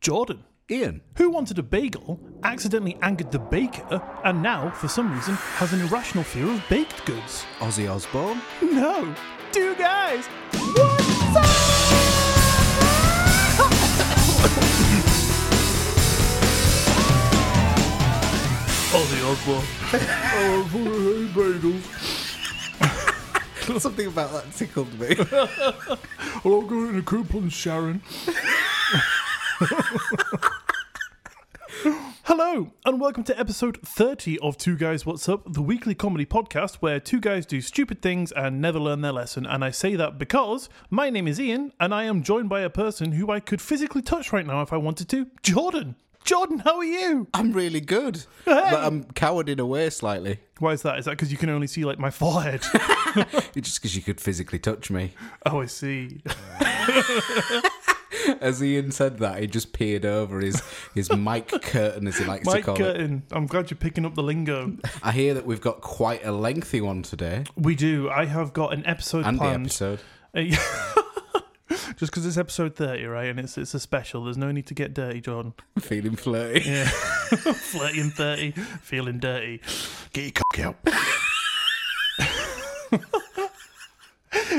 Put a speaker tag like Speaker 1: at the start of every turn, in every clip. Speaker 1: Jordan,
Speaker 2: Ian.
Speaker 1: who wanted a bagel, accidentally angered the baker, and now, for some reason, has an irrational fear of baked goods.
Speaker 2: Ozzy Osbourne.
Speaker 1: No, two guys. Ozzy Osbourne. Oh,
Speaker 2: Something about that tickled me.
Speaker 1: Well, I'll go in a coupon, Sharon. Hello, and welcome to episode 30 of Two Guys What's Up, the weekly comedy podcast where two guys do stupid things and never learn their lesson. And I say that because my name is Ian, and I am joined by a person who I could physically touch right now if I wanted to Jordan. Jordan, how are you?
Speaker 2: I'm really good, but I'm cowarding away slightly.
Speaker 1: Why is that? Is that because you can only see like my forehead?
Speaker 2: It's just because you could physically touch me.
Speaker 1: oh, I see.
Speaker 2: As Ian said that, he just peered over his his mic curtain, as he likes to
Speaker 1: Mike
Speaker 2: call it.
Speaker 1: Curtin, I'm glad you're picking up the lingo.
Speaker 2: I hear that we've got quite a lengthy one today,
Speaker 1: We do. I have got an episode
Speaker 2: and the
Speaker 1: planned.
Speaker 2: episode.
Speaker 1: Hey. Just because it's episode 30, right? And it's it's a special. There's no need to get dirty, John.
Speaker 2: Feeling flirty.
Speaker 1: Yeah. Flirting 30, feeling dirty. Get your cock out.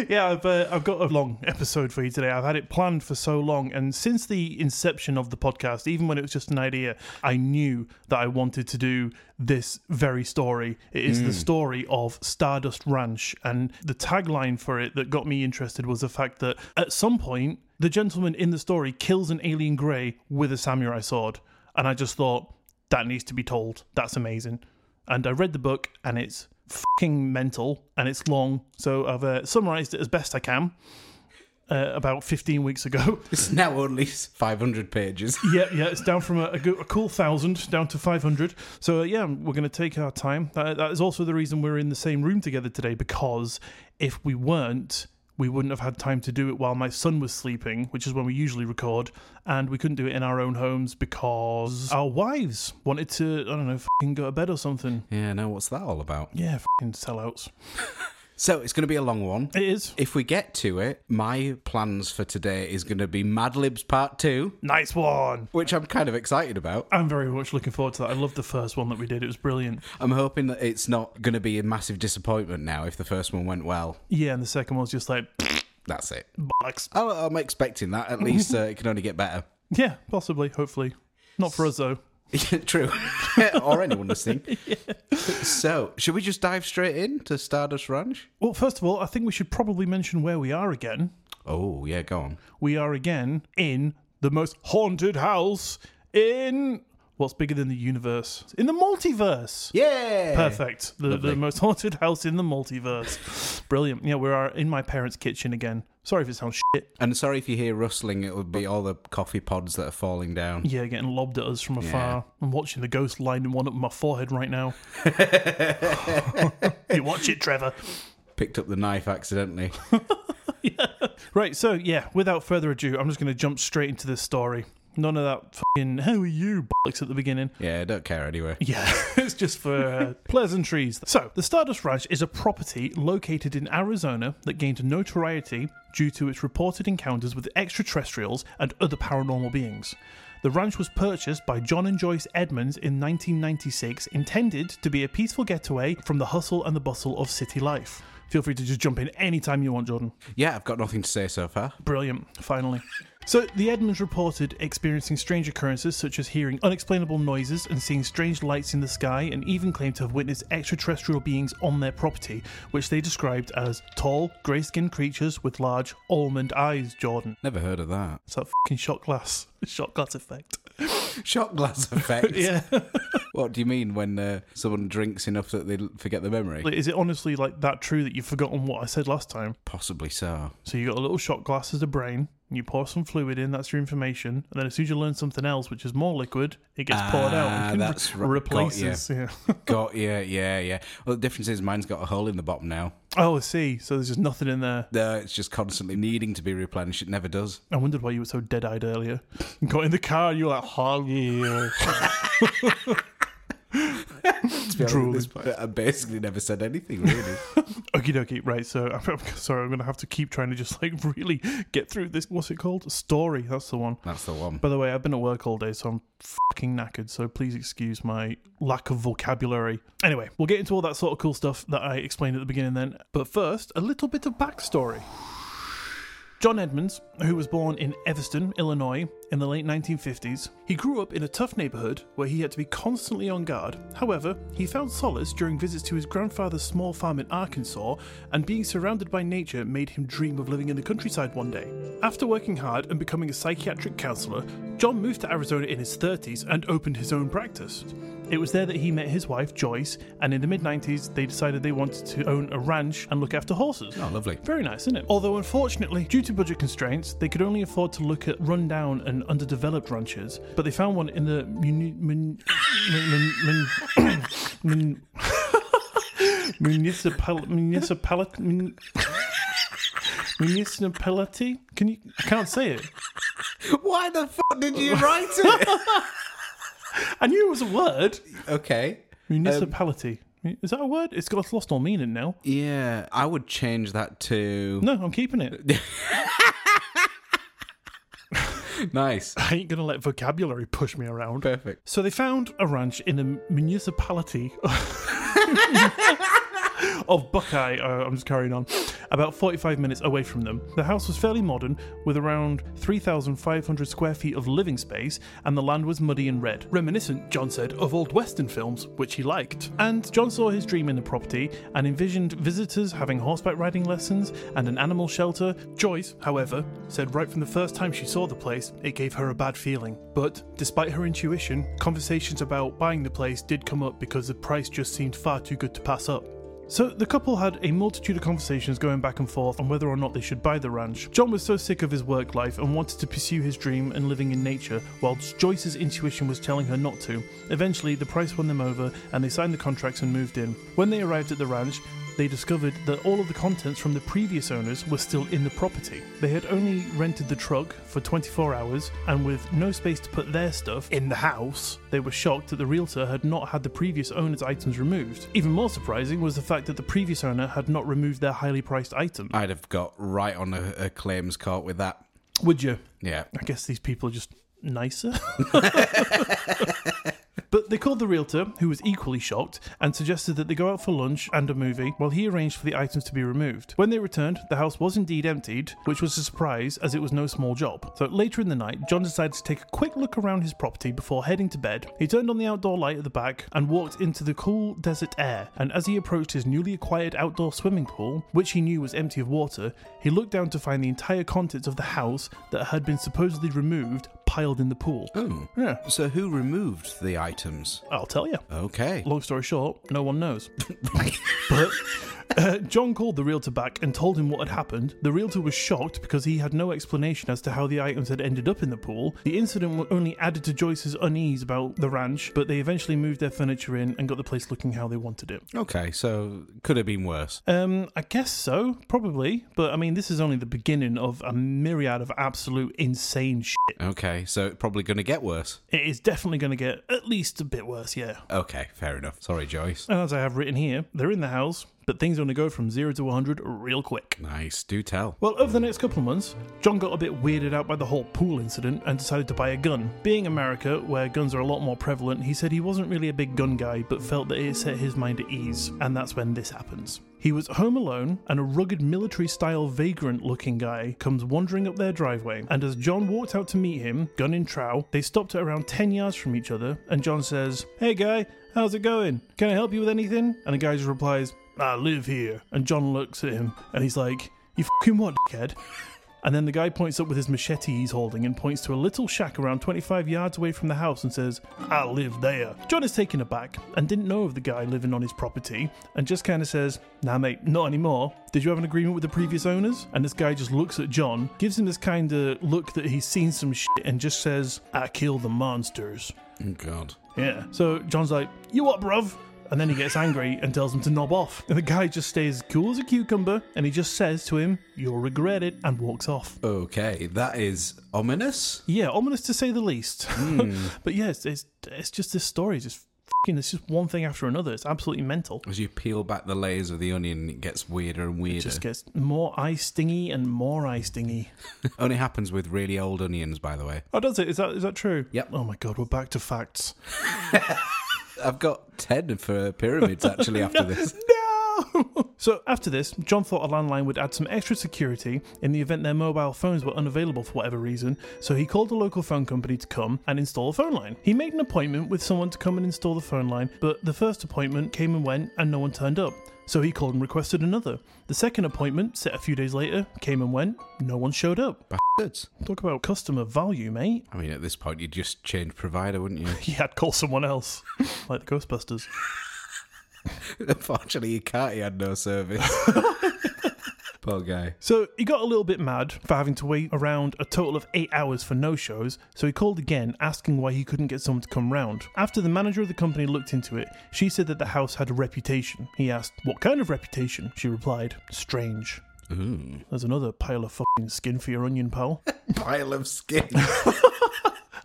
Speaker 1: yeah, I've, uh, I've got a long episode for you today. I've had it planned for so long. And since the inception of the podcast, even when it was just an idea, I knew that I wanted to do this very story. It is the story of Stardust Ranch. And the tagline for it that got me interested was the fact that at some point, the gentleman in the story kills an alien grey with a samurai sword. And I just thought, that needs to be told. That's amazing. And I read the book, and it's fucking mental, and it's long. So I've uh, summarized it as best I can uh, about 15 weeks ago.
Speaker 2: It's now only 500 pages.
Speaker 1: yeah, yeah, it's down from a, a, go- a cool thousand down to 500. So uh, yeah, we're going to take our time. That, that is also the reason we're in the same room together today because if we weren't. We wouldn't have had time to do it while my son was sleeping, which is when we usually record, and we couldn't do it in our own homes because our wives wanted to, I don't know, fucking go to bed or something.
Speaker 2: Yeah, now what's that all about?
Speaker 1: Yeah, fucking sellouts.
Speaker 2: So it's going to be a long one.
Speaker 1: It is.
Speaker 2: If we get to it, my plans for today is going to be Mad Libs Part 2,
Speaker 1: Nice one.
Speaker 2: which I'm kind of excited about.
Speaker 1: I'm very much looking forward to that. I love the first one that we did. It was brilliant.
Speaker 2: I'm hoping that it's not going to be a massive disappointment now if the first one went well.
Speaker 1: Yeah, and the second one's just like,
Speaker 2: That's it.
Speaker 1: bollocks.
Speaker 2: I- I'm expecting that. At least uh, it can only get better.
Speaker 1: Yeah, possibly, hopefully. Not for us, though.
Speaker 2: True. or anyone listening. So, should we just dive straight in to Stardust Ranch?
Speaker 1: Well, first of all, I think we should probably mention where we are again.
Speaker 2: Oh, yeah, go on.
Speaker 1: We are again in the most haunted house in what's bigger than the universe? In the multiverse.
Speaker 2: Yeah.
Speaker 1: Perfect. The, the most haunted house in the multiverse. Brilliant. Yeah, we are in my parents' kitchen again. Sorry if it sounds shit.
Speaker 2: And sorry if you hear rustling, it would be all the coffee pods that are falling down.
Speaker 1: Yeah, getting lobbed at us from afar. I'm watching the ghost lining one up my forehead right now. you watch it, Trevor.
Speaker 2: Picked up the knife accidentally.
Speaker 1: Right, so yeah, without further ado, I'm just going to jump straight into this story. None of that fucking how are you bollocks at the beginning.
Speaker 2: Yeah, I don't care anyway.
Speaker 1: Yeah, it's just for uh, pleasantries. So, the Stardust Ranch is a property located in Arizona that gained notoriety due to its reported encounters with extraterrestrials and other paranormal beings. The ranch was purchased by John and Joyce Edmonds in 1996, intended to be a peaceful getaway from the hustle and the bustle of city life. Feel free to just jump in anytime you want, Jordan.
Speaker 2: Yeah, I've got nothing to say so far.
Speaker 1: Brilliant, finally. So, the Edmonds reported experiencing strange occurrences such as hearing unexplainable noises and seeing strange lights in the sky, and even claimed to have witnessed extraterrestrial beings on their property, which they described as tall, grey skinned creatures with large almond eyes, Jordan.
Speaker 2: Never heard of that.
Speaker 1: It's that fucking shot glass, shot glass effect.
Speaker 2: Shot glass effect.
Speaker 1: Yeah.
Speaker 2: What do you mean when uh, someone drinks enough that they l- forget the memory?
Speaker 1: Is it honestly like that true that you've forgotten what I said last time?
Speaker 2: Possibly so.
Speaker 1: So you got a little shot glass as the brain, and you pour some fluid in, that's your information, and then as soon as you learn something else, which is more liquid, it gets poured out
Speaker 2: Ah,
Speaker 1: and re-
Speaker 2: that's ri-
Speaker 1: replaces. Yeah.
Speaker 2: Got yeah, yeah, yeah. Well, the difference is mine's got a hole in the bottom now.
Speaker 1: Oh, I see. So there's just nothing in there.
Speaker 2: No, it's just constantly needing to be replenished. It never does.
Speaker 1: I wondered why you were so dead eyed earlier. You got in the car and you were like, oh, yeah.
Speaker 2: Let's be honest, at this point, I basically never said anything really.
Speaker 1: Okie dokie, right. So I'm, I'm sorry, I'm going to have to keep trying to just like really get through this. What's it called? Story. That's the one.
Speaker 2: That's the one.
Speaker 1: By the way, I've been at work all day, so I'm fucking knackered. So please excuse my lack of vocabulary. Anyway, we'll get into all that sort of cool stuff that I explained at the beginning then. But first, a little bit of backstory. John Edmonds, who was born in Evanston, Illinois, in the late 1950s, he grew up in a tough neighborhood where he had to be constantly on guard. However, he found solace during visits to his grandfather's small farm in Arkansas, and being surrounded by nature made him dream of living in the countryside one day. After working hard and becoming a psychiatric counselor, John moved to Arizona in his 30s and opened his own practice. It was there that he met his wife, Joyce, and in the mid 90s, they decided they wanted to own a ranch and look after horses.
Speaker 2: Oh, lovely.
Speaker 1: Very nice, isn't it? Although, unfortunately, due to budget constraints, they could only afford to look at rundown and underdeveloped ranches, but they found one in the. Muni- mun- mun- mun- mun- mun- Municipal municipality mun- municipality. Can you? I can't say it.
Speaker 2: Why the fuck did you write it?
Speaker 1: I knew it was a word.
Speaker 2: okay.
Speaker 1: Municipality. Is that a word? It's got lost all meaning now.
Speaker 2: Yeah, I would change that to
Speaker 1: No, I'm keeping it.
Speaker 2: nice.
Speaker 1: I ain't gonna let vocabulary push me around.
Speaker 2: Perfect.
Speaker 1: So they found a ranch in a municipality of Buckeye. Uh, I'm just carrying on. About 45 minutes away from them, the house was fairly modern, with around 3,500 square feet of living space, and the land was muddy and red, reminiscent, John said, of old western films, which he liked. And John saw his dream in the property and envisioned visitors having horseback riding lessons and an animal shelter. Joyce, however, said right from the first time she saw the place, it gave her a bad feeling. But despite her intuition, conversations about buying the place did come up because the price just seemed far too good to pass up. So the couple had a multitude of conversations going back and forth on whether or not they should buy the ranch. John was so sick of his work life and wanted to pursue his dream and living in nature, while Joyce's intuition was telling her not to. Eventually, the price won them over and they signed the contracts and moved in. When they arrived at the ranch, they discovered that all of the contents from the previous owners were still in the property. They had only rented the truck for 24 hours, and with no space to put their stuff in the house, they were shocked that the realtor had not had the previous owner's items removed. Even more surprising was the fact that the previous owner had not removed their highly priced item.
Speaker 2: I'd have got right on a, a claims court with that.
Speaker 1: Would you?
Speaker 2: Yeah.
Speaker 1: I guess these people are just nicer. But they called the realtor, who was equally shocked, and suggested that they go out for lunch and a movie while he arranged for the items to be removed. When they returned, the house was indeed emptied, which was a surprise as it was no small job. So later in the night, John decided to take a quick look around his property before heading to bed. He turned on the outdoor light at the back and walked into the cool desert air. And as he approached his newly acquired outdoor swimming pool, which he knew was empty of water, he looked down to find the entire contents of the house that had been supposedly removed piled in the pool.
Speaker 2: Oh.
Speaker 1: Yeah.
Speaker 2: So who removed the items?
Speaker 1: I'll tell you.
Speaker 2: Okay.
Speaker 1: Long story short, no one knows. but uh, John called the realtor back and told him what had happened. The realtor was shocked because he had no explanation as to how the items had ended up in the pool. The incident only added to Joyce's unease about the ranch, but they eventually moved their furniture in and got the place looking how they wanted it.
Speaker 2: Okay, so could have been worse.
Speaker 1: Um, I guess so, probably. But I mean, this is only the beginning of a myriad of absolute insane shit.
Speaker 2: Okay, so probably going to get worse.
Speaker 1: It is definitely going to get at least a bit worse, yeah.
Speaker 2: Okay, fair enough. Sorry, Joyce.
Speaker 1: And as I have written here, they're in the house, but things only go from 0 to 100 real quick.
Speaker 2: Nice, do tell.
Speaker 1: Well, over the next couple of months, John got a bit weirded out by the whole pool incident and decided to buy a gun. Being America, where guns are a lot more prevalent, he said he wasn't really a big gun guy, but felt that it set his mind at ease, and that's when this happens. He was home alone, and a rugged military style vagrant looking guy comes wandering up their driveway. And as John walked out to meet him, gun in trow, they stopped at around 10 yards from each other, and John says, Hey guy, how's it going? Can I help you with anything? And the guy just replies, I live here. And John looks at him, and he's like, you fucking what, dickhead? And then the guy points up with his machete he's holding and points to a little shack around 25 yards away from the house and says, I live there. John is taken aback and didn't know of the guy living on his property and just kind of says, Nah, mate, not anymore. Did you have an agreement with the previous owners? And this guy just looks at John, gives him this kind of look that he's seen some shit, and just says, I kill the monsters.
Speaker 2: Oh, God.
Speaker 1: Yeah. So John's like, You what, bruv? And then he gets angry and tells him to knob off. And the guy just stays cool as a cucumber and he just says to him, You'll regret it, and walks off.
Speaker 2: Okay, that is ominous.
Speaker 1: Yeah, ominous to say the least. but yes, it's, it's just this story is just fucking, it's just one thing after another. It's absolutely mental.
Speaker 2: As you peel back the layers of the onion, it gets weirder and weirder.
Speaker 1: It just gets more eye stingy and more eye stingy.
Speaker 2: Only happens with really old onions, by the way.
Speaker 1: Oh, does it? Is that is that true?
Speaker 2: Yep.
Speaker 1: Oh my god, we're back to facts.
Speaker 2: I've got 10 for pyramids actually after this.
Speaker 1: No. so after this, John thought a landline would add some extra security in the event their mobile phones were unavailable for whatever reason. So he called a local phone company to come and install a phone line. He made an appointment with someone to come and install the phone line, but the first appointment came and went, and no one turned up. So he called and requested another. The second appointment, set a few days later, came and went. No one showed up.
Speaker 2: Bastards.
Speaker 1: Talk about customer value, mate.
Speaker 2: I mean, at this point, you'd just change provider, wouldn't you?
Speaker 1: Yeah, I'd call someone else, like the Ghostbusters.
Speaker 2: Unfortunately, you can't. He had no service. Poor guy.
Speaker 1: So he got a little bit mad for having to wait around a total of eight hours for no shows, so he called again asking why he couldn't get someone to come round. After the manager of the company looked into it, she said that the house had a reputation. He asked, What kind of reputation? She replied, Strange. There's another pile of fucking skin for your onion, pal.
Speaker 2: Pile of skin.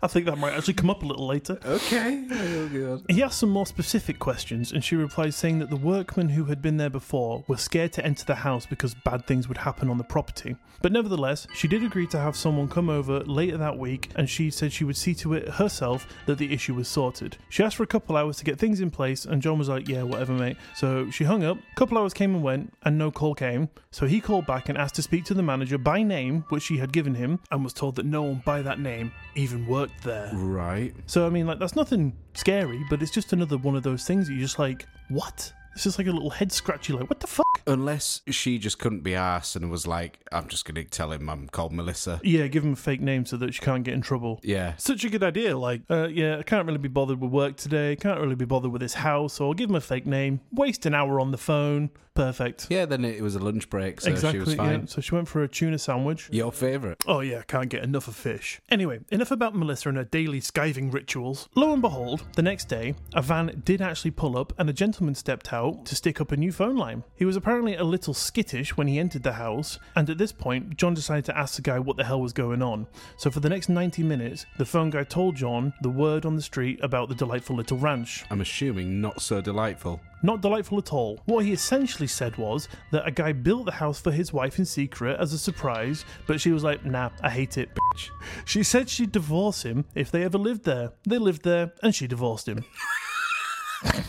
Speaker 1: I think that might actually come up a little later.
Speaker 2: okay. Oh, God.
Speaker 1: He asked some more specific questions, and she replied saying that the workmen who had been there before were scared to enter the house because bad things would happen on the property. But nevertheless, she did agree to have someone come over later that week, and she said she would see to it herself that the issue was sorted. She asked for a couple hours to get things in place, and John was like, Yeah, whatever, mate. So she hung up, a couple hours came and went, and no call came. So he called back and asked to speak to the manager by name, which she had given him, and was told that no one by that name even worked there.
Speaker 2: Right.
Speaker 1: So I mean, like that's nothing scary, but it's just another one of those things that you're just like, what? It's just like a little head scratch. You're like, what the fuck?
Speaker 2: Unless she just couldn't be arsed and was like, I'm just going to tell him I'm called Melissa.
Speaker 1: Yeah, give him a fake name so that she can't get in trouble.
Speaker 2: Yeah.
Speaker 1: Such a good idea. Like, uh, yeah, I can't really be bothered with work today. Can't really be bothered with this house. So I'll give him a fake name. Waste an hour on the phone. Perfect.
Speaker 2: Yeah, then it was a lunch break, so
Speaker 1: exactly.
Speaker 2: she was
Speaker 1: yeah.
Speaker 2: fine.
Speaker 1: So she went for a tuna sandwich.
Speaker 2: Your favourite.
Speaker 1: Oh yeah, can't get enough of fish. Anyway, enough about Melissa and her daily skiving rituals. Lo and behold, the next day, a van did actually pull up and a gentleman stepped out to stick up a new phone line. He was apparently a little skittish when he entered the house, and at this point, John decided to ask the guy what the hell was going on. So for the next 90 minutes, the phone guy told John the word on the street about the delightful little ranch.
Speaker 2: I'm assuming not so delightful.
Speaker 1: Not delightful at all. What he essentially said was that a guy built the house for his wife in secret as a surprise, but she was like, nah, I hate it, bitch. She said she'd divorce him if they ever lived there. They lived there, and she divorced him.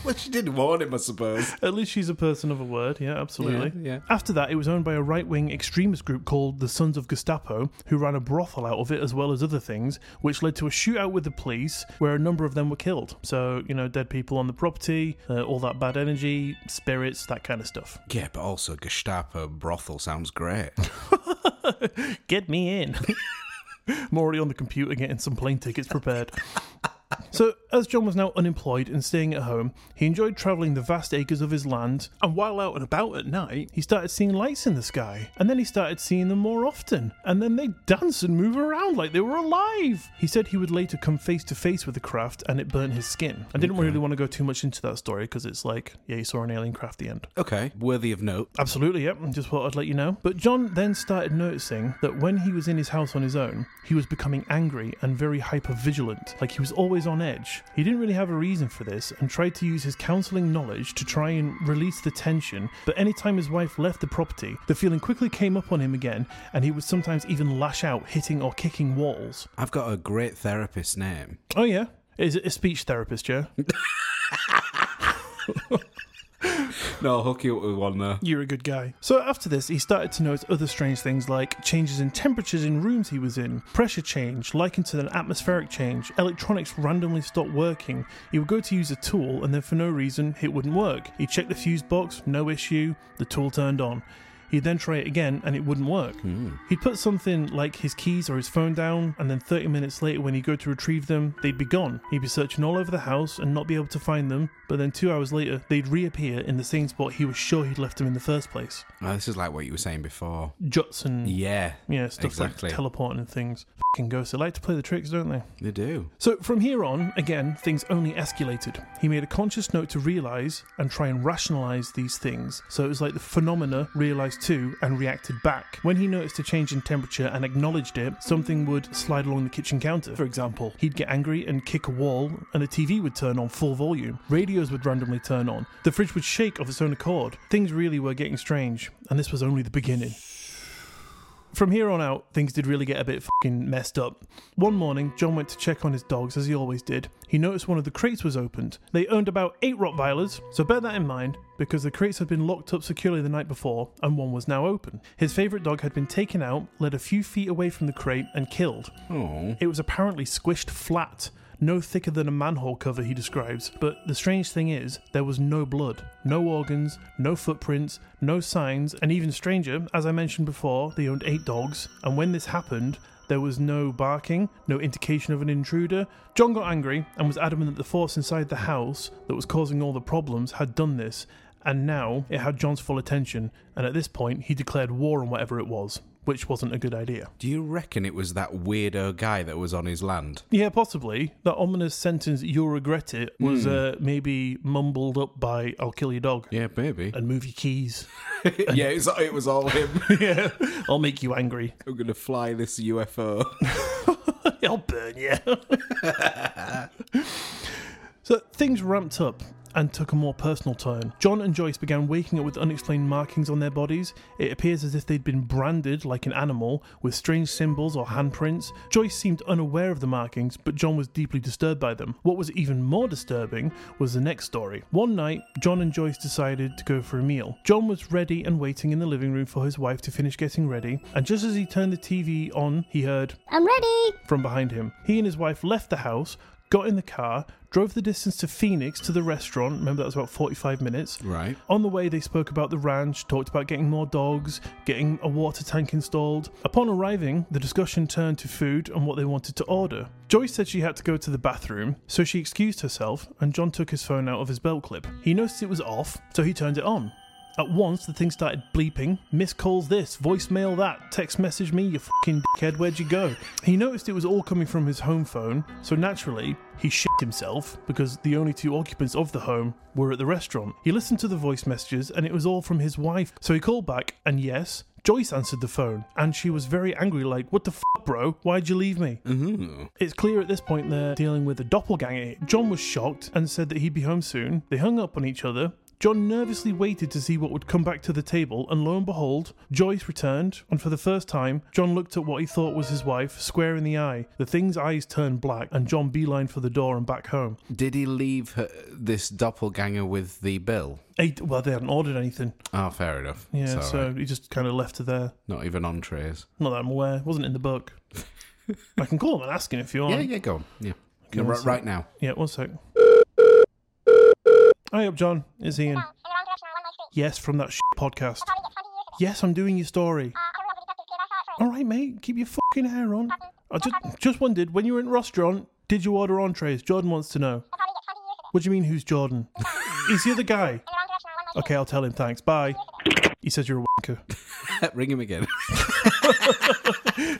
Speaker 2: Well, she did warn him, I suppose.
Speaker 1: At least she's a person of a word, yeah, absolutely.
Speaker 2: Yeah, yeah.
Speaker 1: After that, it was owned by a right wing extremist group called the Sons of Gestapo, who ran a brothel out of it as well as other things, which led to a shootout with the police where a number of them were killed. So, you know, dead people on the property, uh, all that bad energy, spirits, that kind of stuff.
Speaker 2: Yeah, but also Gestapo brothel sounds great.
Speaker 1: Get me in. I'm already on the computer getting some plane tickets prepared. So, as John was now unemployed and staying at home, he enjoyed travelling the vast acres of his land. And while out and about at night, he started seeing lights in the sky. And then he started seeing them more often. And then they dance and move around like they were alive. He said he would later come face to face with the craft and it burnt his skin. I didn't really want to go too much into that story because it's like, yeah, you saw an alien craft the end.
Speaker 2: okay. Worthy of note.
Speaker 1: Absolutely, yep. Just thought I'd let you know. But John then started noticing that when he was in his house on his own, he was becoming angry and very hyper vigilant. Like he was always on edge. He didn't really have a reason for this and tried to use his counseling knowledge to try and release the tension. But anytime his wife left the property, the feeling quickly came up on him again, and he would sometimes even lash out, hitting or kicking walls.
Speaker 2: I've got a great therapist name.
Speaker 1: Oh, yeah. Is it a speech therapist, yeah?
Speaker 2: No, I'll hook you up with one though.
Speaker 1: You're a good guy. So after this, he started to notice other strange things like changes in temperatures in rooms he was in, pressure change, likened to an atmospheric change, electronics randomly stopped working. He would go to use a tool and then for no reason it wouldn't work. He checked the fuse box, no issue, the tool turned on. He'd then try it again and it wouldn't work. He'd put something like his keys or his phone down, and then 30 minutes later, when he'd go to retrieve them, they'd be gone. He'd be searching all over the house and not be able to find them, but then two hours later, they'd reappear in the same spot he was sure he'd left them in the first place.
Speaker 2: Oh, this is like what you were saying before.
Speaker 1: Juts and.
Speaker 2: Yeah.
Speaker 1: Yeah, stuff
Speaker 2: Exactly.
Speaker 1: like teleporting and things. fucking ghosts. They like to play the tricks, don't they?
Speaker 2: They do.
Speaker 1: So from here on, again, things only escalated. He made a conscious note to realize and try and rationalize these things. So it was like the phenomena realized too and reacted back. When he noticed a change in temperature and acknowledged it, something would slide along the kitchen counter. For example, he'd get angry and kick a wall, and the TV would turn on full volume. Radios would randomly turn on. The fridge would shake of its own accord. Things really were getting strange, and this was only the beginning. From here on out, things did really get a bit fucking messed up. One morning, John went to check on his dogs as he always did. He noticed one of the crates was opened. They owned about eight Rottweilers, so bear that in mind because the crates had been locked up securely the night before and one was now open. His favourite dog had been taken out, led a few feet away from the crate, and killed.
Speaker 2: Oh,
Speaker 1: It was apparently squished flat, no thicker than a manhole cover, he describes. But the strange thing is, there was no blood, no organs, no footprints, no signs, and even stranger, as I mentioned before, they owned eight dogs, and when this happened, there was no barking, no indication of an intruder. John got angry and was adamant that the force inside the house that was causing all the problems had done this, and now it had John's full attention, and at this point, he declared war on whatever it was, which wasn't a good idea.
Speaker 2: do you reckon it was that weirdo guy that was on his land?
Speaker 1: Yeah, possibly. That ominous sentence, you'll regret it, was uh, maybe mumbled up by I'll kill your dog
Speaker 2: Yeah, maybe.
Speaker 1: and move your keys.
Speaker 2: yeah, it was, it was all him.
Speaker 1: yeah, I'll make you angry.
Speaker 2: I'm gonna fly this UFO.
Speaker 1: I'll burn you. so things ramped up and took a more personal turn. John and Joyce began waking up with unexplained markings on their bodies. It appears as if they'd been branded like an animal with strange symbols or handprints. Joyce seemed unaware of the markings, but John was deeply disturbed by them. What was even more disturbing was the next story. One night, John and Joyce decided to go for a meal. John was ready and waiting in the living room for his wife to finish getting ready, and just as he turned the TV on, he heard
Speaker 3: I'm ready.
Speaker 1: from behind him. He and his wife left the house, got in the car, drove the distance to Phoenix to the restaurant. Remember, that was about 45 minutes.
Speaker 2: right.
Speaker 1: On the way, they spoke about the ranch, talked about getting more dogs, getting a water tank installed. Upon arriving, the discussion turned to food and what they wanted to order. Joyce said she had to go to the bathroom, so she excused herself, and John took his phone out of his belt clip. He noticed it was off, so he turned it on. At once, the thing started bleeping. Miss calls this, voicemail that, text message me, you fucking dickhead, where'd you go? He noticed it was all coming from his home phone, so naturally, he shit himself because the only two occupants of the home were at the restaurant. He listened to the voice messages and it was all from his wife, so he called back and yes, Joyce answered the phone and she was very angry, like, what the fuck, bro? Why'd you leave me? It's clear at this point they're dealing with a doppelganger. John was shocked and said that he'd be home soon. They hung up on each other. John nervously waited to see what would come back to the table, and lo and behold, Joyce returned. And for the first time, John looked at what he thought was his wife square in the eye. The thing's eyes turned black, and John beelined for the door and back home.
Speaker 2: Did he leave her, this doppelganger with the bill?
Speaker 1: Eight, well, they hadn't ordered anything,
Speaker 2: Oh, fair enough.
Speaker 1: yeah.
Speaker 2: It's all
Speaker 1: so
Speaker 2: right.
Speaker 1: he just kind of left her there.
Speaker 2: not even entrees.
Speaker 1: Not that I'm aware. It wasn't in the book. I can call him and ask him if you want.
Speaker 2: Yeah, yeah, go on. Yeah. No, right, right now.
Speaker 1: Yeah, one sec. Hi up, John. It's Ian. Yes, from that shit podcast. Yes, I'm doing your story. All right, mate. Keep your fucking hair on. I just just wondered when you were in the restaurant, did you order entrees? Jordan wants to know. What do you mean? Who's Jordan? Is he the guy? Okay, I'll tell him. Thanks. Bye. He says you're a wanker.
Speaker 2: Ring him again.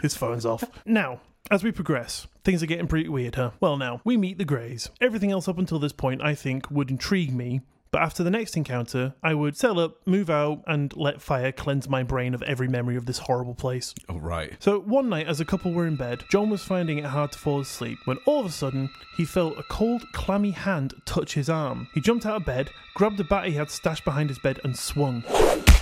Speaker 1: His phone's off. Now, as we progress, things are getting pretty weird, huh? Well, now, we meet the Greys. Everything else up until this point, I think, would intrigue me. But after the next encounter, I would settle up, move out, and let fire cleanse my brain of every memory of this horrible place.
Speaker 2: All right.
Speaker 1: So one night, as a couple were in bed, John was finding it hard to fall asleep when all of a sudden he felt a cold, clammy hand touch his arm. He jumped out of bed, grabbed a bat he had stashed behind his bed, and swung.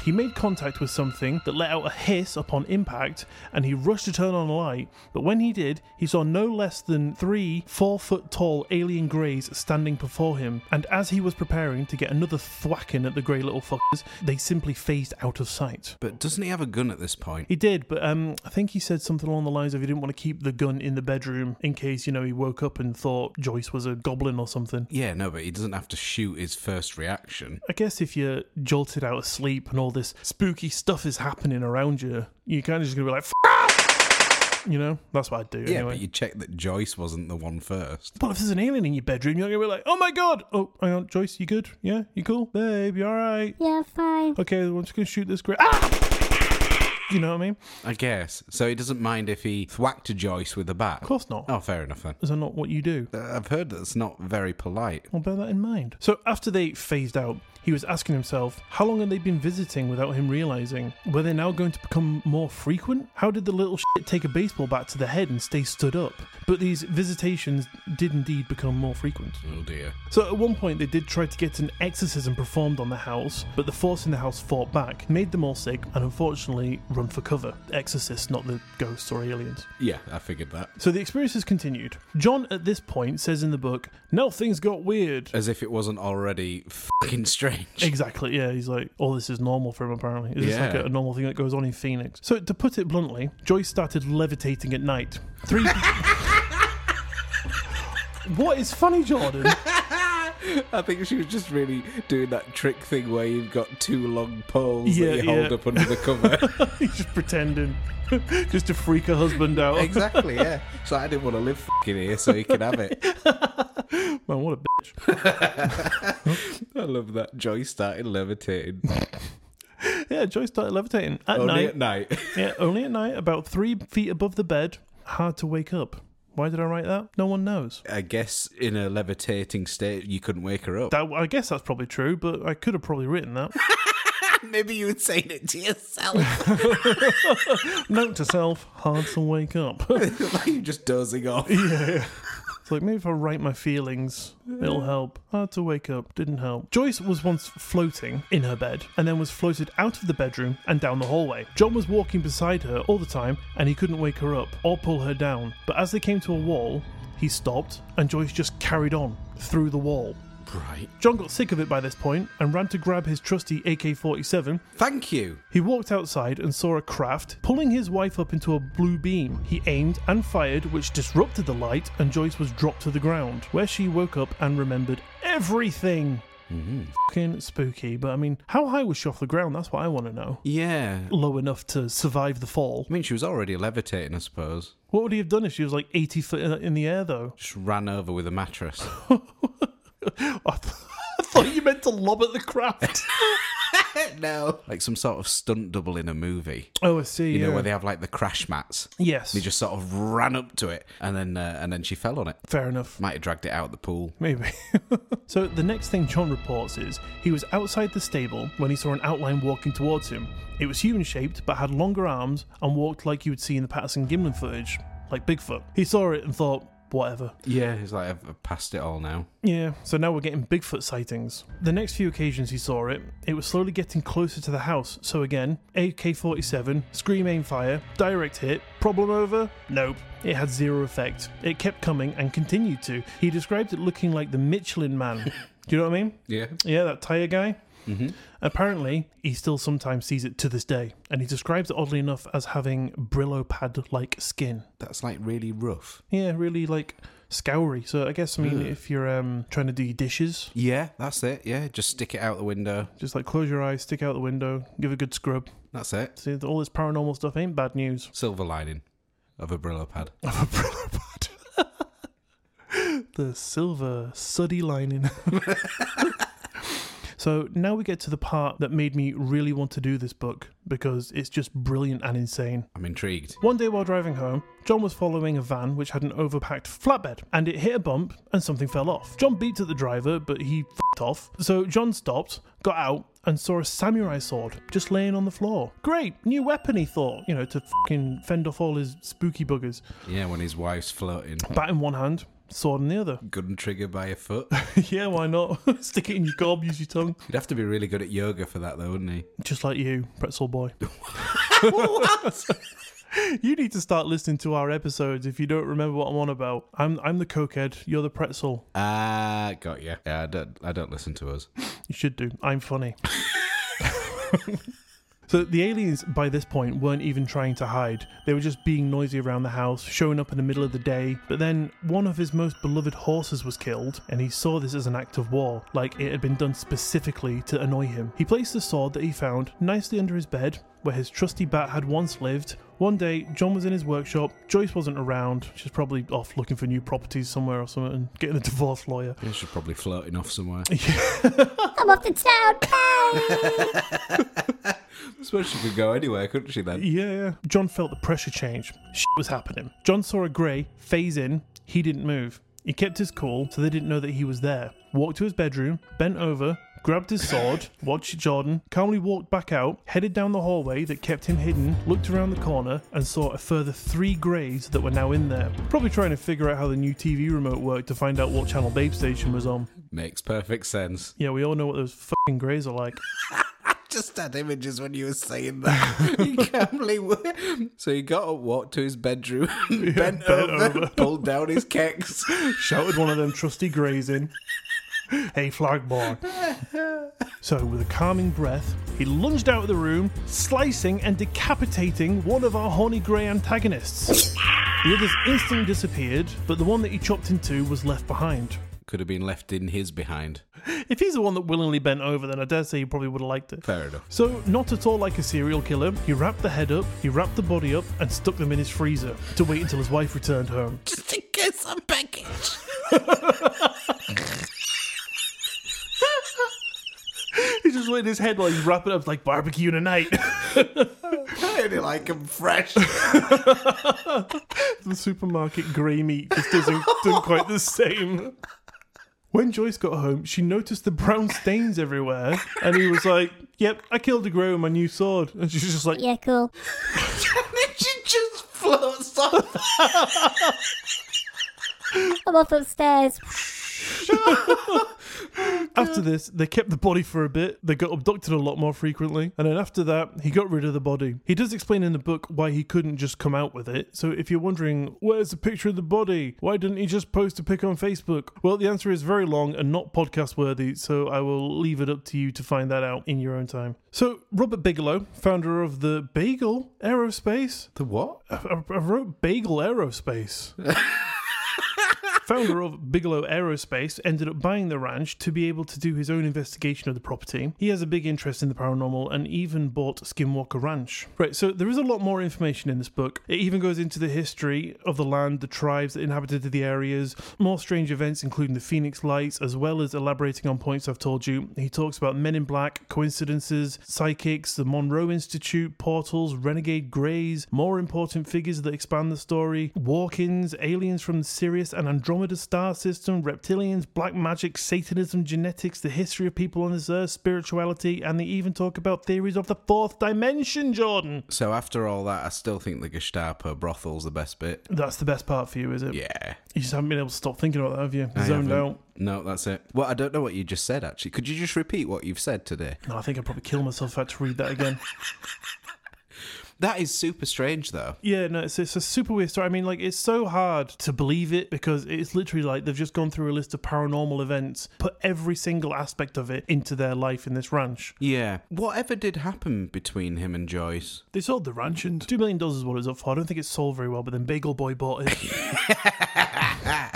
Speaker 1: He made contact with something that let out a hiss upon impact, and he rushed to turn on a light. But when he did, he saw no less than three four foot tall alien greys standing before him. And as he was preparing to get another thwacking at the grey little fuckers, they simply phased out of sight.
Speaker 2: But doesn't he have a gun at this point?
Speaker 1: He did, but um, I think he said something along the lines of he didn't want to keep the gun in the bedroom in case, you know, he woke up and thought Joyce was a goblin or something.
Speaker 2: Yeah, no, but he doesn't have to shoot his first reaction.
Speaker 1: I guess if you're jolted out of sleep and all this spooky stuff is happening around you, you're kind of just going to be like, F- ah!" you know? That's what I'd do
Speaker 2: Yeah,
Speaker 1: anyway.
Speaker 2: but you check that Joyce wasn't the one first.
Speaker 1: Well, if there's an alien in your bedroom, you're going to be like, oh my god! Oh, hang on, Joyce, you good? Yeah, you cool? Babe, you alright?
Speaker 3: Yeah, fine.
Speaker 1: Okay, well, I'm just going to shoot this great. Ah! You know what I mean?
Speaker 2: I guess. So he doesn't mind if he whacked a Joyce with a bat.
Speaker 1: Of course not.
Speaker 2: Oh, fair enough then.
Speaker 1: Is that not what you do?
Speaker 2: Uh, I've heard that's not very polite.
Speaker 1: Well, bear that in mind. So after they phased out, he was asking himself, how long had they been visiting without him realizing? Were they now going to become more frequent? How did the little shit take a baseball bat to the head and stay stood up? But these visitations did indeed become more frequent.
Speaker 2: Oh dear.
Speaker 1: So at one point, they did try to get an exorcism performed on the house, but the force in the house fought back, made them all sick, and unfortunately run for cover. Exorcists, not the ghosts or aliens.
Speaker 2: Yeah, I figured that.
Speaker 1: So the experiences continued. John, at this point, says in the book, "Now things got weird."
Speaker 2: As if it wasn't already fucking strange.
Speaker 1: Exactly. Yeah, he's like, "Oh, this is normal for him." Apparently, it's just like
Speaker 2: Yeah.
Speaker 1: a, a normal thing that goes on in Phoenix. So to put it bluntly, Joyce started levitating at night. Three. what is funny, Jordan?
Speaker 2: I think she was just really doing that trick thing where you've got two long poles
Speaker 1: Yeah,
Speaker 2: that you
Speaker 1: yeah.
Speaker 2: hold up under the cover.
Speaker 1: He's just pretending, just to freak her husband out.
Speaker 2: exactly, yeah. So I didn't want to live fucking here so he could have it.
Speaker 1: Man, what a bitch.
Speaker 2: I love that. Joy started levitating.
Speaker 1: Yeah, Joyce started levitating at
Speaker 2: Only
Speaker 1: night.
Speaker 2: at night.
Speaker 1: yeah, only at night, about three feet above the bed. Hard to wake up. Why did I write that? No one knows.
Speaker 2: I guess in a levitating state, you couldn't wake her up.
Speaker 1: That, I guess that's probably true, but I could have probably written that.
Speaker 2: Maybe you were saying it to yourself.
Speaker 1: Note to self: hard to wake up.
Speaker 2: like you're just dozing off.
Speaker 1: It's like maybe if I write my feelings, it'll help. Hard to wake up, didn't help. Joyce was once floating in her bed and then was floated out of the bedroom and down the hallway. John was walking beside her all the time and he couldn't wake her up or pull her down. But as they came to a wall, he stopped and Joyce just carried on through the wall.
Speaker 2: Right.
Speaker 1: John got sick of it by this point and ran to grab his trusty AK 47.
Speaker 2: Thank you.
Speaker 1: He walked outside and saw a craft pulling his wife up into a blue beam. He aimed and fired, which disrupted the light, and Joyce was dropped to the ground, where she woke up and remembered everything.
Speaker 2: Mm-hmm.
Speaker 1: Fucking spooky, but I mean, how high was she off the ground? That's what I want to know.
Speaker 2: Yeah.
Speaker 1: Low enough to survive the fall.
Speaker 2: I mean, she was already levitating, I suppose.
Speaker 1: What would he have done if she was like 80 foot in- in the air, though?
Speaker 2: Just ran over with a mattress.
Speaker 1: I th- I thought you meant to lob at the craft.
Speaker 2: no. Like some sort of stunt double in a movie.
Speaker 1: oh, I see.
Speaker 2: You
Speaker 1: yeah.
Speaker 2: know, where they have like the crash mats.
Speaker 1: yes.
Speaker 2: They just sort of ran up to it and then uh, and then she fell on it.
Speaker 1: Fair enough.
Speaker 2: Might have dragged it out of the pool.
Speaker 1: Maybe. so the next thing John reports is he was outside the stable when he saw an outline walking towards him. It was human shaped but had longer arms and walked like you would see in the Patterson Gimlin footage, like Bigfoot. He saw it and thought, whatever.
Speaker 2: Yeah, he's like, I've I've passed it all now.
Speaker 1: Yeah, so now we're getting Bigfoot sightings. The next few occasions he saw it, it was slowly getting closer to the house, so again, AK 47, scream aim fire, direct hit, problem over? Nope. It had zero effect. It kept coming and continued to. He described it looking like the Michelin man. Do you know what I mean?
Speaker 2: Yeah.
Speaker 1: Yeah, that tire guy. Apparently, he still sometimes sees it to this day, and he describes it oddly enough as having Brillo pad like skin.
Speaker 2: That's like really rough.
Speaker 1: Yeah, really like scoury. So I guess I mean if you're um, trying to do your dishes,
Speaker 2: Yeah, that's it. Yeah, just stick it out the window.
Speaker 1: just like close your eyes, stick out the window, give a good scrub.
Speaker 2: That's it.
Speaker 1: See, all this paranormal stuff ain't bad news.
Speaker 2: Silver lining of a Brillo pad.
Speaker 1: Of a Brillo pad. the silver suddy lining. So now we get to the part that made me really want to do this book because it's just brilliant and insane.
Speaker 2: I'm intrigued.
Speaker 1: One day while driving home, John was following a van which had an overpacked flatbed, and it hit a bump and something fell off. John beat at the driver, but he f***ed off. So John stopped, got out, and saw a samurai sword just laying on the floor. Great, new weapon, he thought, you know, to fucking fend off all his spooky buggers.
Speaker 2: Yeah, when his wife's floating.
Speaker 1: Bat in one hand, sword in the other.
Speaker 2: Gun trigger by a foot.
Speaker 1: yeah, why not? Stick it in your gob, use your tongue.
Speaker 2: He'd have to be really good at yoga for that, though, wouldn't he?
Speaker 1: Just like you, pretzel boy. You need to start listening to our episodes if you don't remember what I'm on about. I'm I'm the cokehead, you're the pretzel.
Speaker 2: Ah, got you. Yeah, I don't. I don't listen to us.
Speaker 1: You should do. I'm funny. so the aliens by this point weren't even trying to hide. They were just being noisy around the house, showing up in the middle of the day. But then one of his most beloved horses was killed, and he saw this as an act of war, like it had been done specifically to annoy him. He placed the sword that he found nicely under his bed, where his trusty bat had once lived, One day, John was in his workshop. Joyce wasn't around. She's probably off looking for new properties somewhere or something and getting a divorce lawyer.
Speaker 2: Yeah, she's probably floating off somewhere.
Speaker 3: I'm off to town. Bye.
Speaker 2: I suppose she could go anywhere, couldn't she then?
Speaker 1: Yeah, yeah. John felt the pressure change. Shit was happening. John saw a grey phase in. He didn't move. He kept his cool, so they didn't know that he was there. Walked to his bedroom, bent over, grabbed his sword, watched Jordan, calmly walked back out, headed down the hallway that kept him hidden, looked around the corner, and saw a further three greys that were now in there. Probably trying to figure out how the new TV remote worked to find out what channel Babe Station was on.
Speaker 2: Makes perfect sense.
Speaker 1: Yeah, we all know what those fucking greys are like.
Speaker 2: Just had images when you were saying that. you can't believe what- So he got up, walked to his bedroom, bent, over, pulled down his kecks.
Speaker 1: shouted one of them trusty greys in. Hey, Flagborn. So, with a calming breath, he lunged out of the room, slicing and decapitating one of our horny grey antagonists. The others instantly disappeared, but the one that he chopped into was left behind.
Speaker 2: Could have been left in his behind.
Speaker 1: If he's the one that willingly bent over, then I dare say he probably would have liked it.
Speaker 2: Fair enough.
Speaker 1: So, not at all like a serial killer, he wrapped the head up, he wrapped the body up, and stuck them in his freezer to wait until his wife returned home.
Speaker 2: Just in case I'm package.
Speaker 1: He just went in his head while he's wrapping up, like barbecue tonight.
Speaker 2: I only like him fresh.
Speaker 1: the supermarket grey meat just isn't, isn't quite the same. When Joyce got home, she noticed the brown stains everywhere, and he was like, "Yep, I killed a grey with my new sword." And she's just like,
Speaker 3: yeah, cool.
Speaker 2: she just floats off.
Speaker 3: I'm off upstairs.
Speaker 1: After this, they kept the body for a bit. They got abducted a lot more frequently. And then after that, he got rid of the body. He does explain in the book why he couldn't just come out with it. So if you're wondering, where's the picture of the body? Why didn't he just post a pic on Facebook? Well, the answer is very long and not podcast worthy. So I will leave it up to you to find that out in your own time. So Robert Bigelow, founder of the Bagel Aerospace.
Speaker 2: The what?
Speaker 1: I, I wrote Bagel Aerospace. Founder of Bigelow Aerospace ended up buying the ranch to be able to do his own investigation of the property. He has a big interest in the paranormal and even bought Skinwalker Ranch. Right, so there is a lot more information in this book. It even goes into the history of the land, the tribes that inhabited the areas, more strange events, including the Phoenix Lights, as well as elaborating on points I've told you. He talks about men in black, coincidences, psychics, the Monroe Institute, portals, renegade greys, more important figures that expand the story, walk ins, aliens from the Sirius and Andromeda star system, reptilians, black magic, Satanism, genetics, the history of people on this earth, spirituality, and they even talk about theories of the fourth dimension, Jordan.
Speaker 2: So after all that, I still think the Gestapo brothel's the best bit.
Speaker 1: That's the best part for you, is it?
Speaker 2: Yeah.
Speaker 1: You just haven't been able to stop thinking about that, have you? Zoned
Speaker 2: haven't.
Speaker 1: out.
Speaker 2: No, that's it. Well, I don't know what you just said, actually. Could you just repeat what you've said today?
Speaker 1: No, I think I'd probably kill myself if I had to read that again.
Speaker 2: That is super strange, though.
Speaker 1: Yeah, no, it's, it's a super weird story. I mean, like, it's so hard to believe it because it's literally like they've just gone through a list of paranormal events, put every single aspect of it into their life in this ranch.
Speaker 2: Yeah. Whatever did happen between him and Joyce?
Speaker 1: They sold the ranch and $2 million is what it was up for. I don't think it sold very well, but then Bagel Boy bought it.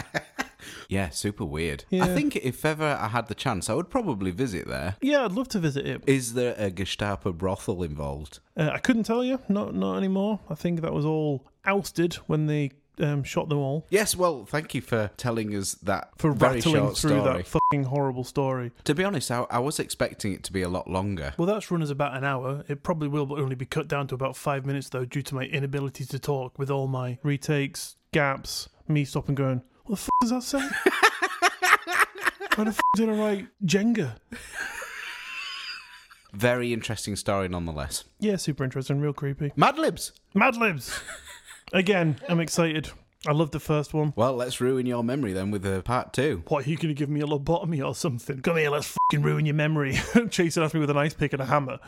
Speaker 2: Yeah, super weird.
Speaker 1: Yeah.
Speaker 2: I think if ever I had the chance, I would probably visit there.
Speaker 1: yeah, I'd love to visit it.
Speaker 2: Is there a Gestapo brothel involved?
Speaker 1: Uh, I couldn't tell you, not, not anymore. I think that was all ousted when they um, shot them all.
Speaker 2: Yes, well, thank you for telling us that
Speaker 1: For
Speaker 2: very
Speaker 1: rattling
Speaker 2: short
Speaker 1: through
Speaker 2: story.
Speaker 1: that fucking horrible story.
Speaker 2: to be honest, I, I was expecting it to be a lot longer.
Speaker 1: Well, that's run as about an hour. It probably will, but only be cut down to about five minutes, though, due to my inability to talk with all my retakes, gaps, me stopping going, what the f does that say? Why the f did I write Jenga?
Speaker 2: Very interesting story nonetheless.
Speaker 1: Yeah, super interesting, real creepy.
Speaker 2: Mad Libs!
Speaker 1: Mad Libs! Again, I'm excited. I love the first one.
Speaker 2: Well, let's ruin your memory then with a part two.
Speaker 1: What, are you going to give me a lobotomy or something? Come here, let's fucking ruin your memory. Chasing after me with an ice pick and a hammer.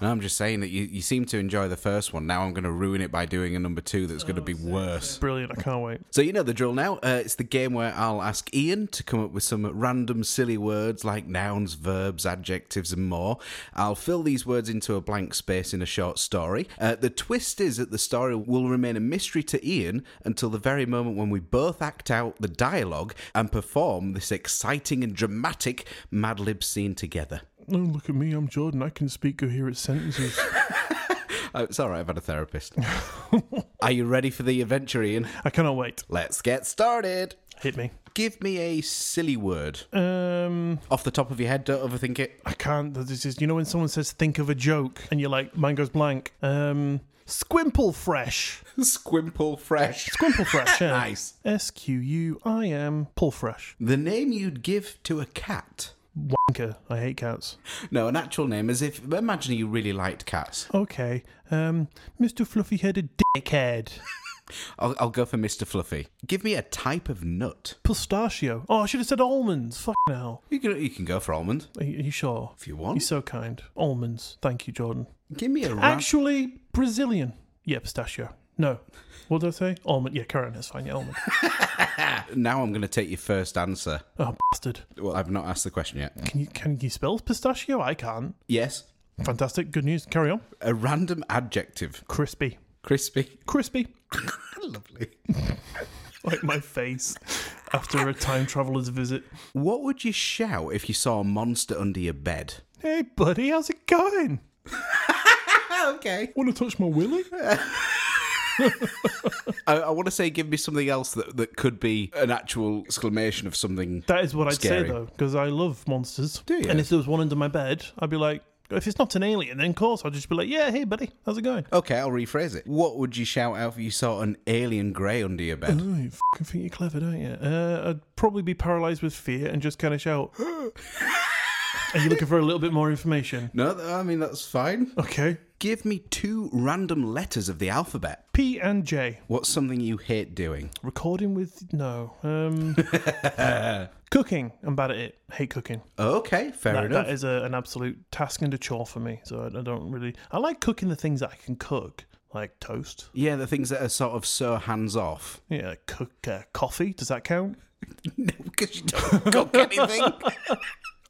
Speaker 2: No, I'm just saying that you, you seem to enjoy the first one. Now I'm going to ruin it by doing a number two that's going to be worse.
Speaker 1: Brilliant, I can't wait.
Speaker 2: So you know the drill now. Uh, it's the game where I'll ask Ian to come up with some random silly words like nouns, verbs, adjectives, and more. I'll fill these words into a blank space in a short story. Uh, the twist is that the story will remain a mystery to Ian until the very moment when we both act out the dialogue and perform this exciting and dramatic Mad Lib scene together.
Speaker 1: Oh, look at me, I'm Jordan. I can speak coherent sentences.
Speaker 2: Oh, it's all right. I've had a therapist. Are you ready for the adventure, Ian?
Speaker 1: I cannot wait.
Speaker 2: Let's get started.
Speaker 1: Hit me.
Speaker 2: Give me a silly word
Speaker 1: Um,
Speaker 2: off the top of your head. Don't overthink it.
Speaker 1: I can't. This is you know when someone says think of a joke and you're like mine goes blank. Um, squimple fresh.
Speaker 2: Squimple fresh.
Speaker 1: Squimple fresh. Yeah.
Speaker 2: Nice.
Speaker 1: S Q U I M. Pull fresh.
Speaker 2: The name you'd give to a cat.
Speaker 1: Wanker. I hate cats.
Speaker 2: No, an actual name, as if imagine you really liked cats.
Speaker 1: Okay. Um, Mr. Fluffy headed dickhead.
Speaker 2: I'll, I'll go for Mr. Fluffy. Give me a type of nut.
Speaker 1: Pistachio. Oh, I should have said almonds. Fucking hell.
Speaker 2: You can, you can go for almond
Speaker 1: Are you, are you sure?
Speaker 2: if you
Speaker 1: You're
Speaker 2: want.
Speaker 1: so kind. Almonds. Thank you, Jordan.
Speaker 2: Give me a rat.
Speaker 1: Actually, Brazilian. Yeah, pistachio. No. What did I say? Almond. Yeah, current. That's fine. Yeah, almond.
Speaker 2: Now I'm going to take your first answer.
Speaker 1: Oh, bastard.
Speaker 2: Well, I've not asked the question yet.
Speaker 1: Can you, can you spell pistachio? I can.
Speaker 2: Yes.
Speaker 1: Fantastic. Good news. Carry on.
Speaker 2: A random adjective.
Speaker 1: Crispy.
Speaker 2: Crispy.
Speaker 1: Crispy.
Speaker 2: Lovely.
Speaker 1: Like my face after a time traveler's visit.
Speaker 2: What would you shout if you saw a monster under your bed?
Speaker 1: Hey, buddy, how's it going?
Speaker 2: Ah, Okay.
Speaker 1: Want to touch my willy?
Speaker 2: I, I want to say give me something else that, that could be an actual exclamation of something.
Speaker 1: That is what I'd
Speaker 2: Scary.
Speaker 1: say though, because I love monsters.
Speaker 2: Do you?
Speaker 1: And if there was one under my bed, I'd be like, if it's not an alien, then of course I'd just be like, yeah, hey buddy, how's it going?
Speaker 2: Okay, I'll rephrase it. What would you shout out if you saw an alien grey under your bed?
Speaker 1: Oh, you fucking think you're clever, don't you? Uh, I'd probably be paralysed with fear and just kind of shout. Are you looking for a little bit more information?
Speaker 2: No, th- I mean, that's fine.
Speaker 1: Okay.
Speaker 2: Give me two random letters of the alphabet.
Speaker 1: P and J.
Speaker 2: What's something you hate doing?
Speaker 1: Recording with no. Um, cooking. I'm bad at it. Hate cooking.
Speaker 2: Okay, fair
Speaker 1: That,
Speaker 2: enough.
Speaker 1: that is a, an absolute task and a chore for me. So I, I don't really. I like cooking the things that I can cook, like toast.
Speaker 2: yeah, the things that are sort of so hands off.
Speaker 1: Yeah, cook uh, coffee. Does that count?
Speaker 2: No, because you don't cook anything.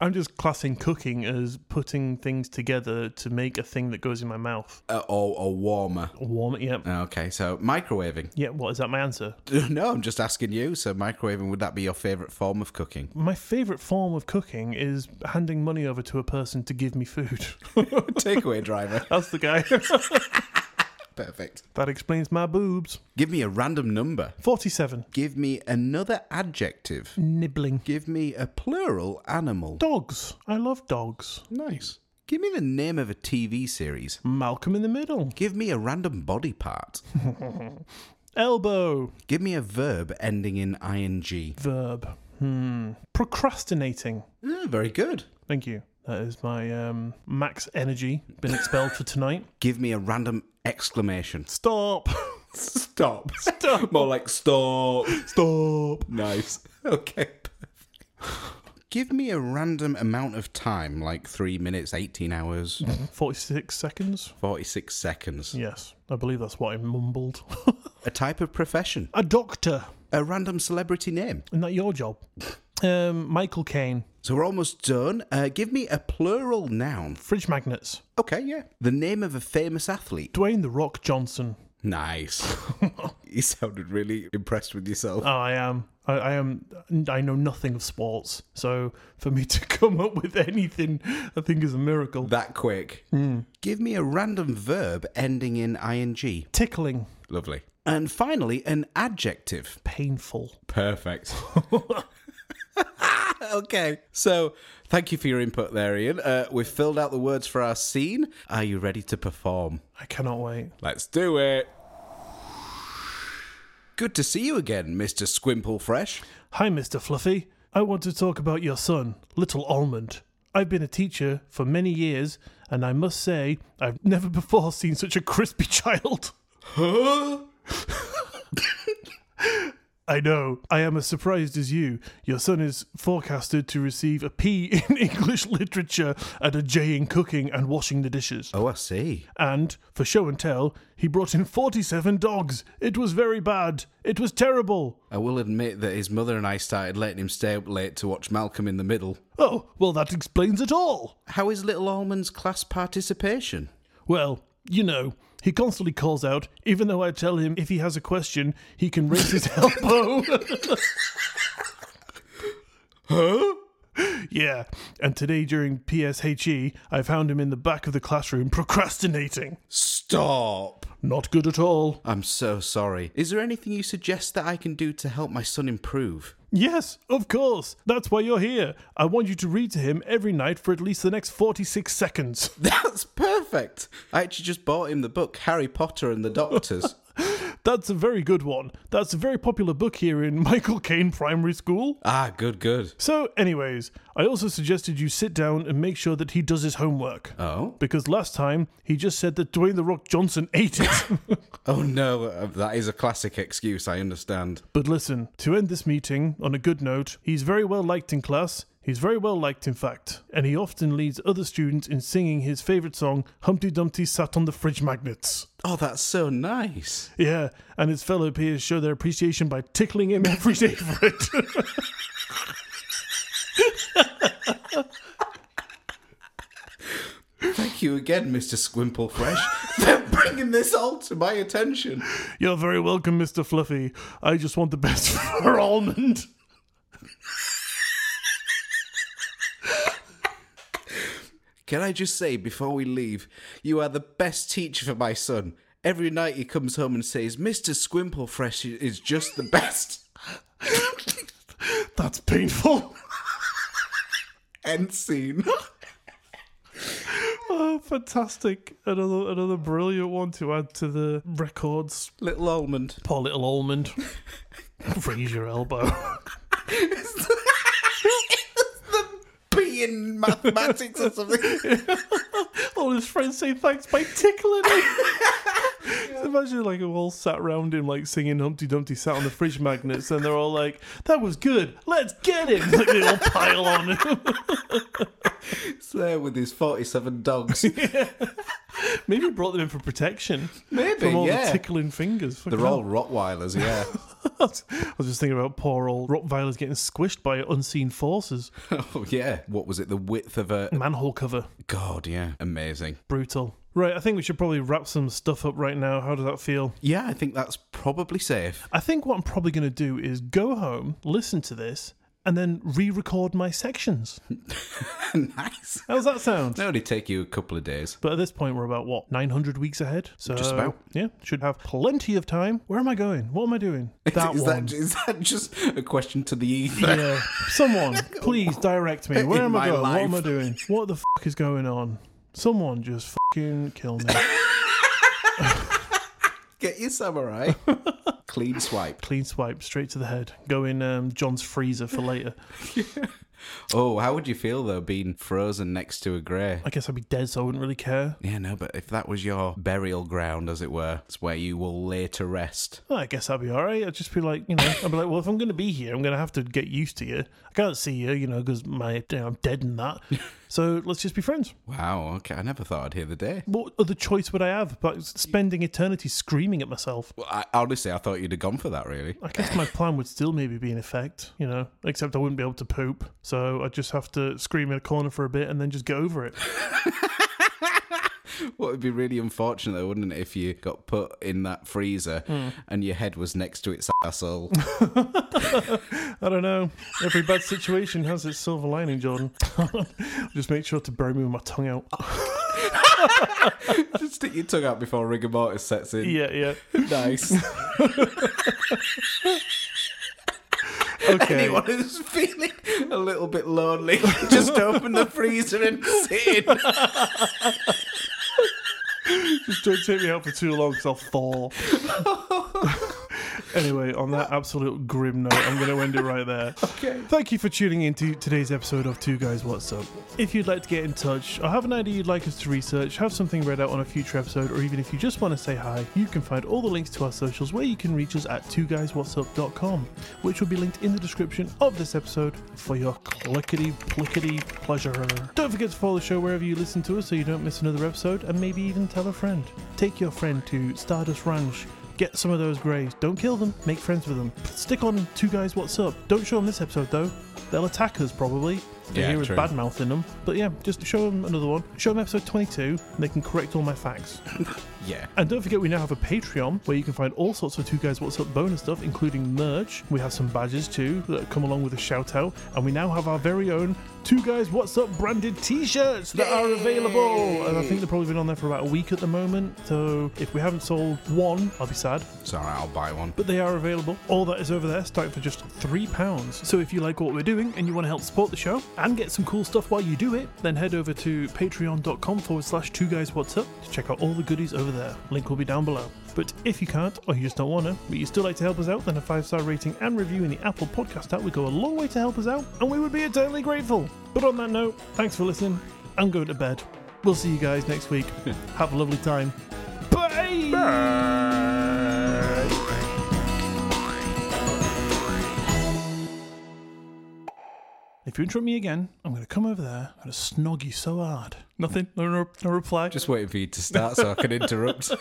Speaker 1: I'm just classing cooking as putting things together to make a thing that goes in my mouth.
Speaker 2: uh, or, or warmer.
Speaker 1: Warm it. Yeah.
Speaker 2: Okay, so microwaving.
Speaker 1: Yeah. What is that? My answer.
Speaker 2: No, I'm just asking you. So, microwaving, would that be your favourite form of cooking?
Speaker 1: My favorite form of cooking is handing money over to a person to give me food.
Speaker 2: Takeaway driver.
Speaker 1: That's the guy.
Speaker 2: Perfect.
Speaker 1: that explains my boobs.
Speaker 2: Give me a random number.
Speaker 1: Forty-seven.
Speaker 2: Give me another adjective.
Speaker 1: Nibbling.
Speaker 2: Give me a plural animal.
Speaker 1: Dogs. I love dogs.
Speaker 2: Nice. Give me the name of a TV series.
Speaker 1: Malcolm in the middle.
Speaker 2: Give me a random body part.
Speaker 1: Elbow.
Speaker 2: Give me a verb ending in ing.
Speaker 1: verb. Hmm. Procrastinating.
Speaker 2: Ah, very good.
Speaker 1: Thank you. That is my um, max energy. Been expelled for tonight.
Speaker 2: Give me a random exclamation.
Speaker 1: Stop.
Speaker 2: Stop.
Speaker 1: Stop.
Speaker 2: More like stop.
Speaker 1: Stop.
Speaker 2: Nice. Okay. Give me a random amount of time, like three minutes, 18 hours,
Speaker 1: 46 seconds.
Speaker 2: 46 seconds.
Speaker 1: Yes. I believe that's what I mumbled.
Speaker 2: A type of profession.
Speaker 1: A doctor.
Speaker 2: A random celebrity name.
Speaker 1: Isn't that your job? Um, Michael Caine.
Speaker 2: So we're almost done. Uh, give me a plural noun.
Speaker 1: Fridge magnets.
Speaker 2: Okay, yeah. The name of a famous athlete.
Speaker 1: Dwayne The Rock Johnson.
Speaker 2: Nice. Uh, you sounded really impressed with yourself.
Speaker 1: Oh, I am. I, I am. I know nothing of sports. So for me to come up with anything, I think is a miracle.
Speaker 2: That quick. Give me a random verb ending in ing.
Speaker 1: Tickling.
Speaker 2: Lovely. And finally, an adjective.
Speaker 1: Painful.
Speaker 2: Perfect. okay. So, thank you for your input there, Ian. Uh, we've filled out the words for our scene. Are you ready to perform?
Speaker 1: I cannot wait.
Speaker 2: Let's do it. Good to see you again, Mr. Squimple Fresh.
Speaker 1: Hi, Mr. Fluffy. I want to talk about your son, Little Almond. I've been a teacher for many years, and I must say, I've never before seen such a crispy child. I know. I am as surprised as you. Your son is forecasted to receive a P in English literature and a J in cooking and washing the dishes.
Speaker 2: Oh, I see.
Speaker 1: And, for show and tell, he brought in 47 dogs. It was very bad. It was terrible.
Speaker 2: I will admit that his mother and I started letting him stay up late to watch Malcolm in the Middle.
Speaker 1: Oh, well, that explains it all.
Speaker 2: How is Little Almond's class participation?
Speaker 1: Well, you know, he constantly calls out, even though I tell him if he has a question, he can raise his elbow. huh? Yeah. And today during PSHE, E, I found him in the back of the classroom procrastinating.
Speaker 2: Stop.
Speaker 1: Not good at all.
Speaker 2: I'm so sorry. Is there anything you suggest that I can do to help my son improve?
Speaker 1: Yes, of course. That's why you're here. I want you to read to him every night for at least the next 46 seconds.
Speaker 2: That's perfect. I actually just bought him the book Harry Potter and the Doctors.
Speaker 1: That's a very good one. That's a very popular book here in Michael Caine Primary School.
Speaker 2: ah, good, good.
Speaker 1: So, anyways, I also suggested you sit down and make sure that he does his homework.
Speaker 2: Oh?
Speaker 1: Because last time he just said that Dwayne The Rock Johnson ate it.
Speaker 2: Oh no, uh, that is a classic excuse, I understand.
Speaker 1: but listen, to end this meeting on a good note, he's very well liked in class. He's very well liked, in fact, and he often leads other students in singing his favorite song, Humpty Dumpty Sat on the Fridge Magnets.
Speaker 2: Oh, that's so nice.
Speaker 1: Yeah, and his fellow peers show their appreciation by tickling him every day for it.
Speaker 2: Thank you again, Mr. Squimple Fresh, for bringing this all to my attention.
Speaker 1: You're very welcome, Mr. Fluffy. I just want the best for Almond.
Speaker 2: Can I just say before we leave, you are the best teacher for my son. Every night he comes home and says, Mr. Squimple Fresh is just the best.
Speaker 1: That's painful.
Speaker 2: End scene.
Speaker 1: Oh, fantastic. Another another brilliant one to add to the records.
Speaker 2: Little almond.
Speaker 1: Poor little almond. Raise your elbow.
Speaker 2: P in mathematics or something.
Speaker 1: All his friends say thanks by tickling him. Just Imagine like all sat round him like singing Humpty Dumpty sat on the fridge magnets and they're all like, That was good, let's get him like they all pile on him.
Speaker 2: He's there with his 47 dogs.
Speaker 1: Maybe he brought them in for protection.
Speaker 2: Maybe,
Speaker 1: From all
Speaker 2: yeah.
Speaker 1: the tickling fingers.
Speaker 2: They're all Rottweilers, yeah.
Speaker 1: I was just thinking about poor old Rottweilers getting squished by unseen forces.
Speaker 2: oh, yeah. What was it? The width of a.
Speaker 1: Manhole cover.
Speaker 2: God, yeah. Amazing.
Speaker 1: Brutal. Right, I think we should probably wrap some stuff up right now. How does that feel?
Speaker 2: Yeah, I think that's probably safe.
Speaker 1: I think what I'm probably going to do is go home, listen to this, and then re record my sections.
Speaker 2: nice.
Speaker 1: How's that sound?
Speaker 2: That only take you a couple of days.
Speaker 1: But at this point, we're about what, 900 weeks ahead? So,
Speaker 2: Just about.
Speaker 1: Yeah, should have plenty of time. Where am I going? What am I doing? That
Speaker 2: is,
Speaker 1: one.
Speaker 2: That, is that just a question to the ether?
Speaker 1: Yeah. Someone, please direct me. Where
Speaker 2: In
Speaker 1: am I
Speaker 2: my
Speaker 1: going? What am I
Speaker 2: life.
Speaker 1: doing? What the fuck is going on? Someone just fucking kill me.
Speaker 2: Get your samurai. Clean swipe.
Speaker 1: Clean swipe, straight to the head. Go in um, John's freezer for later.
Speaker 2: Oh, how would you feel though being frozen next to a grey?
Speaker 1: I guess I'd be dead, so I wouldn't really care.
Speaker 2: Yeah, no, but if that was your burial ground, as it were, it's where you will lay to rest.
Speaker 1: Well, I guess I'd be all right. I'd just be like, you know, I'd be like, well, if I'm going to be here, I'm going to have to get used to you. I can't see you, you know, because my you know, I'm dead and that. So let's just be friends.
Speaker 2: Wow, okay, I never thought I'd hear the day.
Speaker 1: What other choice would I have but spending eternity screaming at myself?
Speaker 2: Well, I, honestly, I thought you'd have gone for that, really.
Speaker 1: I guess my plan would still maybe be in effect, you know, except I wouldn't be able to poop. So I'd just have to scream in a corner for a bit and then just get over it.
Speaker 2: What would be really unfortunate, though, wouldn't it, if you got put in that freezer and your head was next to its asshole?
Speaker 1: I don't know. Every bad situation has its silver lining, Jordan. just make sure to bury me with my tongue out.
Speaker 2: Just stick your tongue out before rigor mortis sets in.
Speaker 1: Yeah, yeah.
Speaker 2: Nice.
Speaker 1: Okay.
Speaker 2: Anyone who's feeling a little bit lonely, just open the freezer and sit in.
Speaker 1: Just don't take me out for too long because I'll fall. anyway, on that absolute grim note, I'm going to end it right there. Okay. Thank you for tuning in to today's episode of Two Guys What's Up. If you'd like to get in touch or have an idea you'd like us to research, have something read out on a future episode, or even if you just want to say hi, you can find all the links to our socials where you can reach us at twoguyswhatsup.com, which will be linked in the description of this episode for your clickety plickety pleasure. Don't forget to follow the show wherever you listen to us so you don't miss another episode, and maybe even tell a friend. Take your friend to Stardust Ranch. Get some of those greys. Don't kill them. Make friends with them. Stick on two guys. What's up? Don't show them this episode though. They'll attack us probably. They
Speaker 2: Yeah,
Speaker 1: hear us
Speaker 2: true.
Speaker 1: bad mouthing them. But yeah, just show them another one. Show them episode 22, and they can correct all my facts.
Speaker 2: Yeah.
Speaker 1: And don't forget, we now have a Patreon where you can find all sorts of Two Guys What's Up bonus stuff, including merch. We have some badges too that come along with a shout out. And we now have our very own Two Guys What's Up branded t shirts that are available. And I think they've probably been on there for about a week at the moment. So if we haven't sold one, I'll be sad.
Speaker 2: It's alright, I'll buy one.
Speaker 1: But they are available. All that is over there, starting for just £3. So if you like what we're doing and you want to help support the show and get some cool stuff while you do it, then head over to patreon.com forward slash two guys what's up to check out all the goodies over there. Link will be down below. But if you can't, or you just don't want to, but you still like to help us out, then a five star rating and review in the Apple Podcast app would go a long way to help us out, and we would be eternally grateful. But on that note, thanks for listening. I'm going to bed. We'll see you guys next week. Have a lovely time. Bye! If you interrupt me again, I'm going to come over there. I'm going to snog you so hard. Nothing. No, no, no reply.
Speaker 2: Just waiting for you to start so I can interrupt.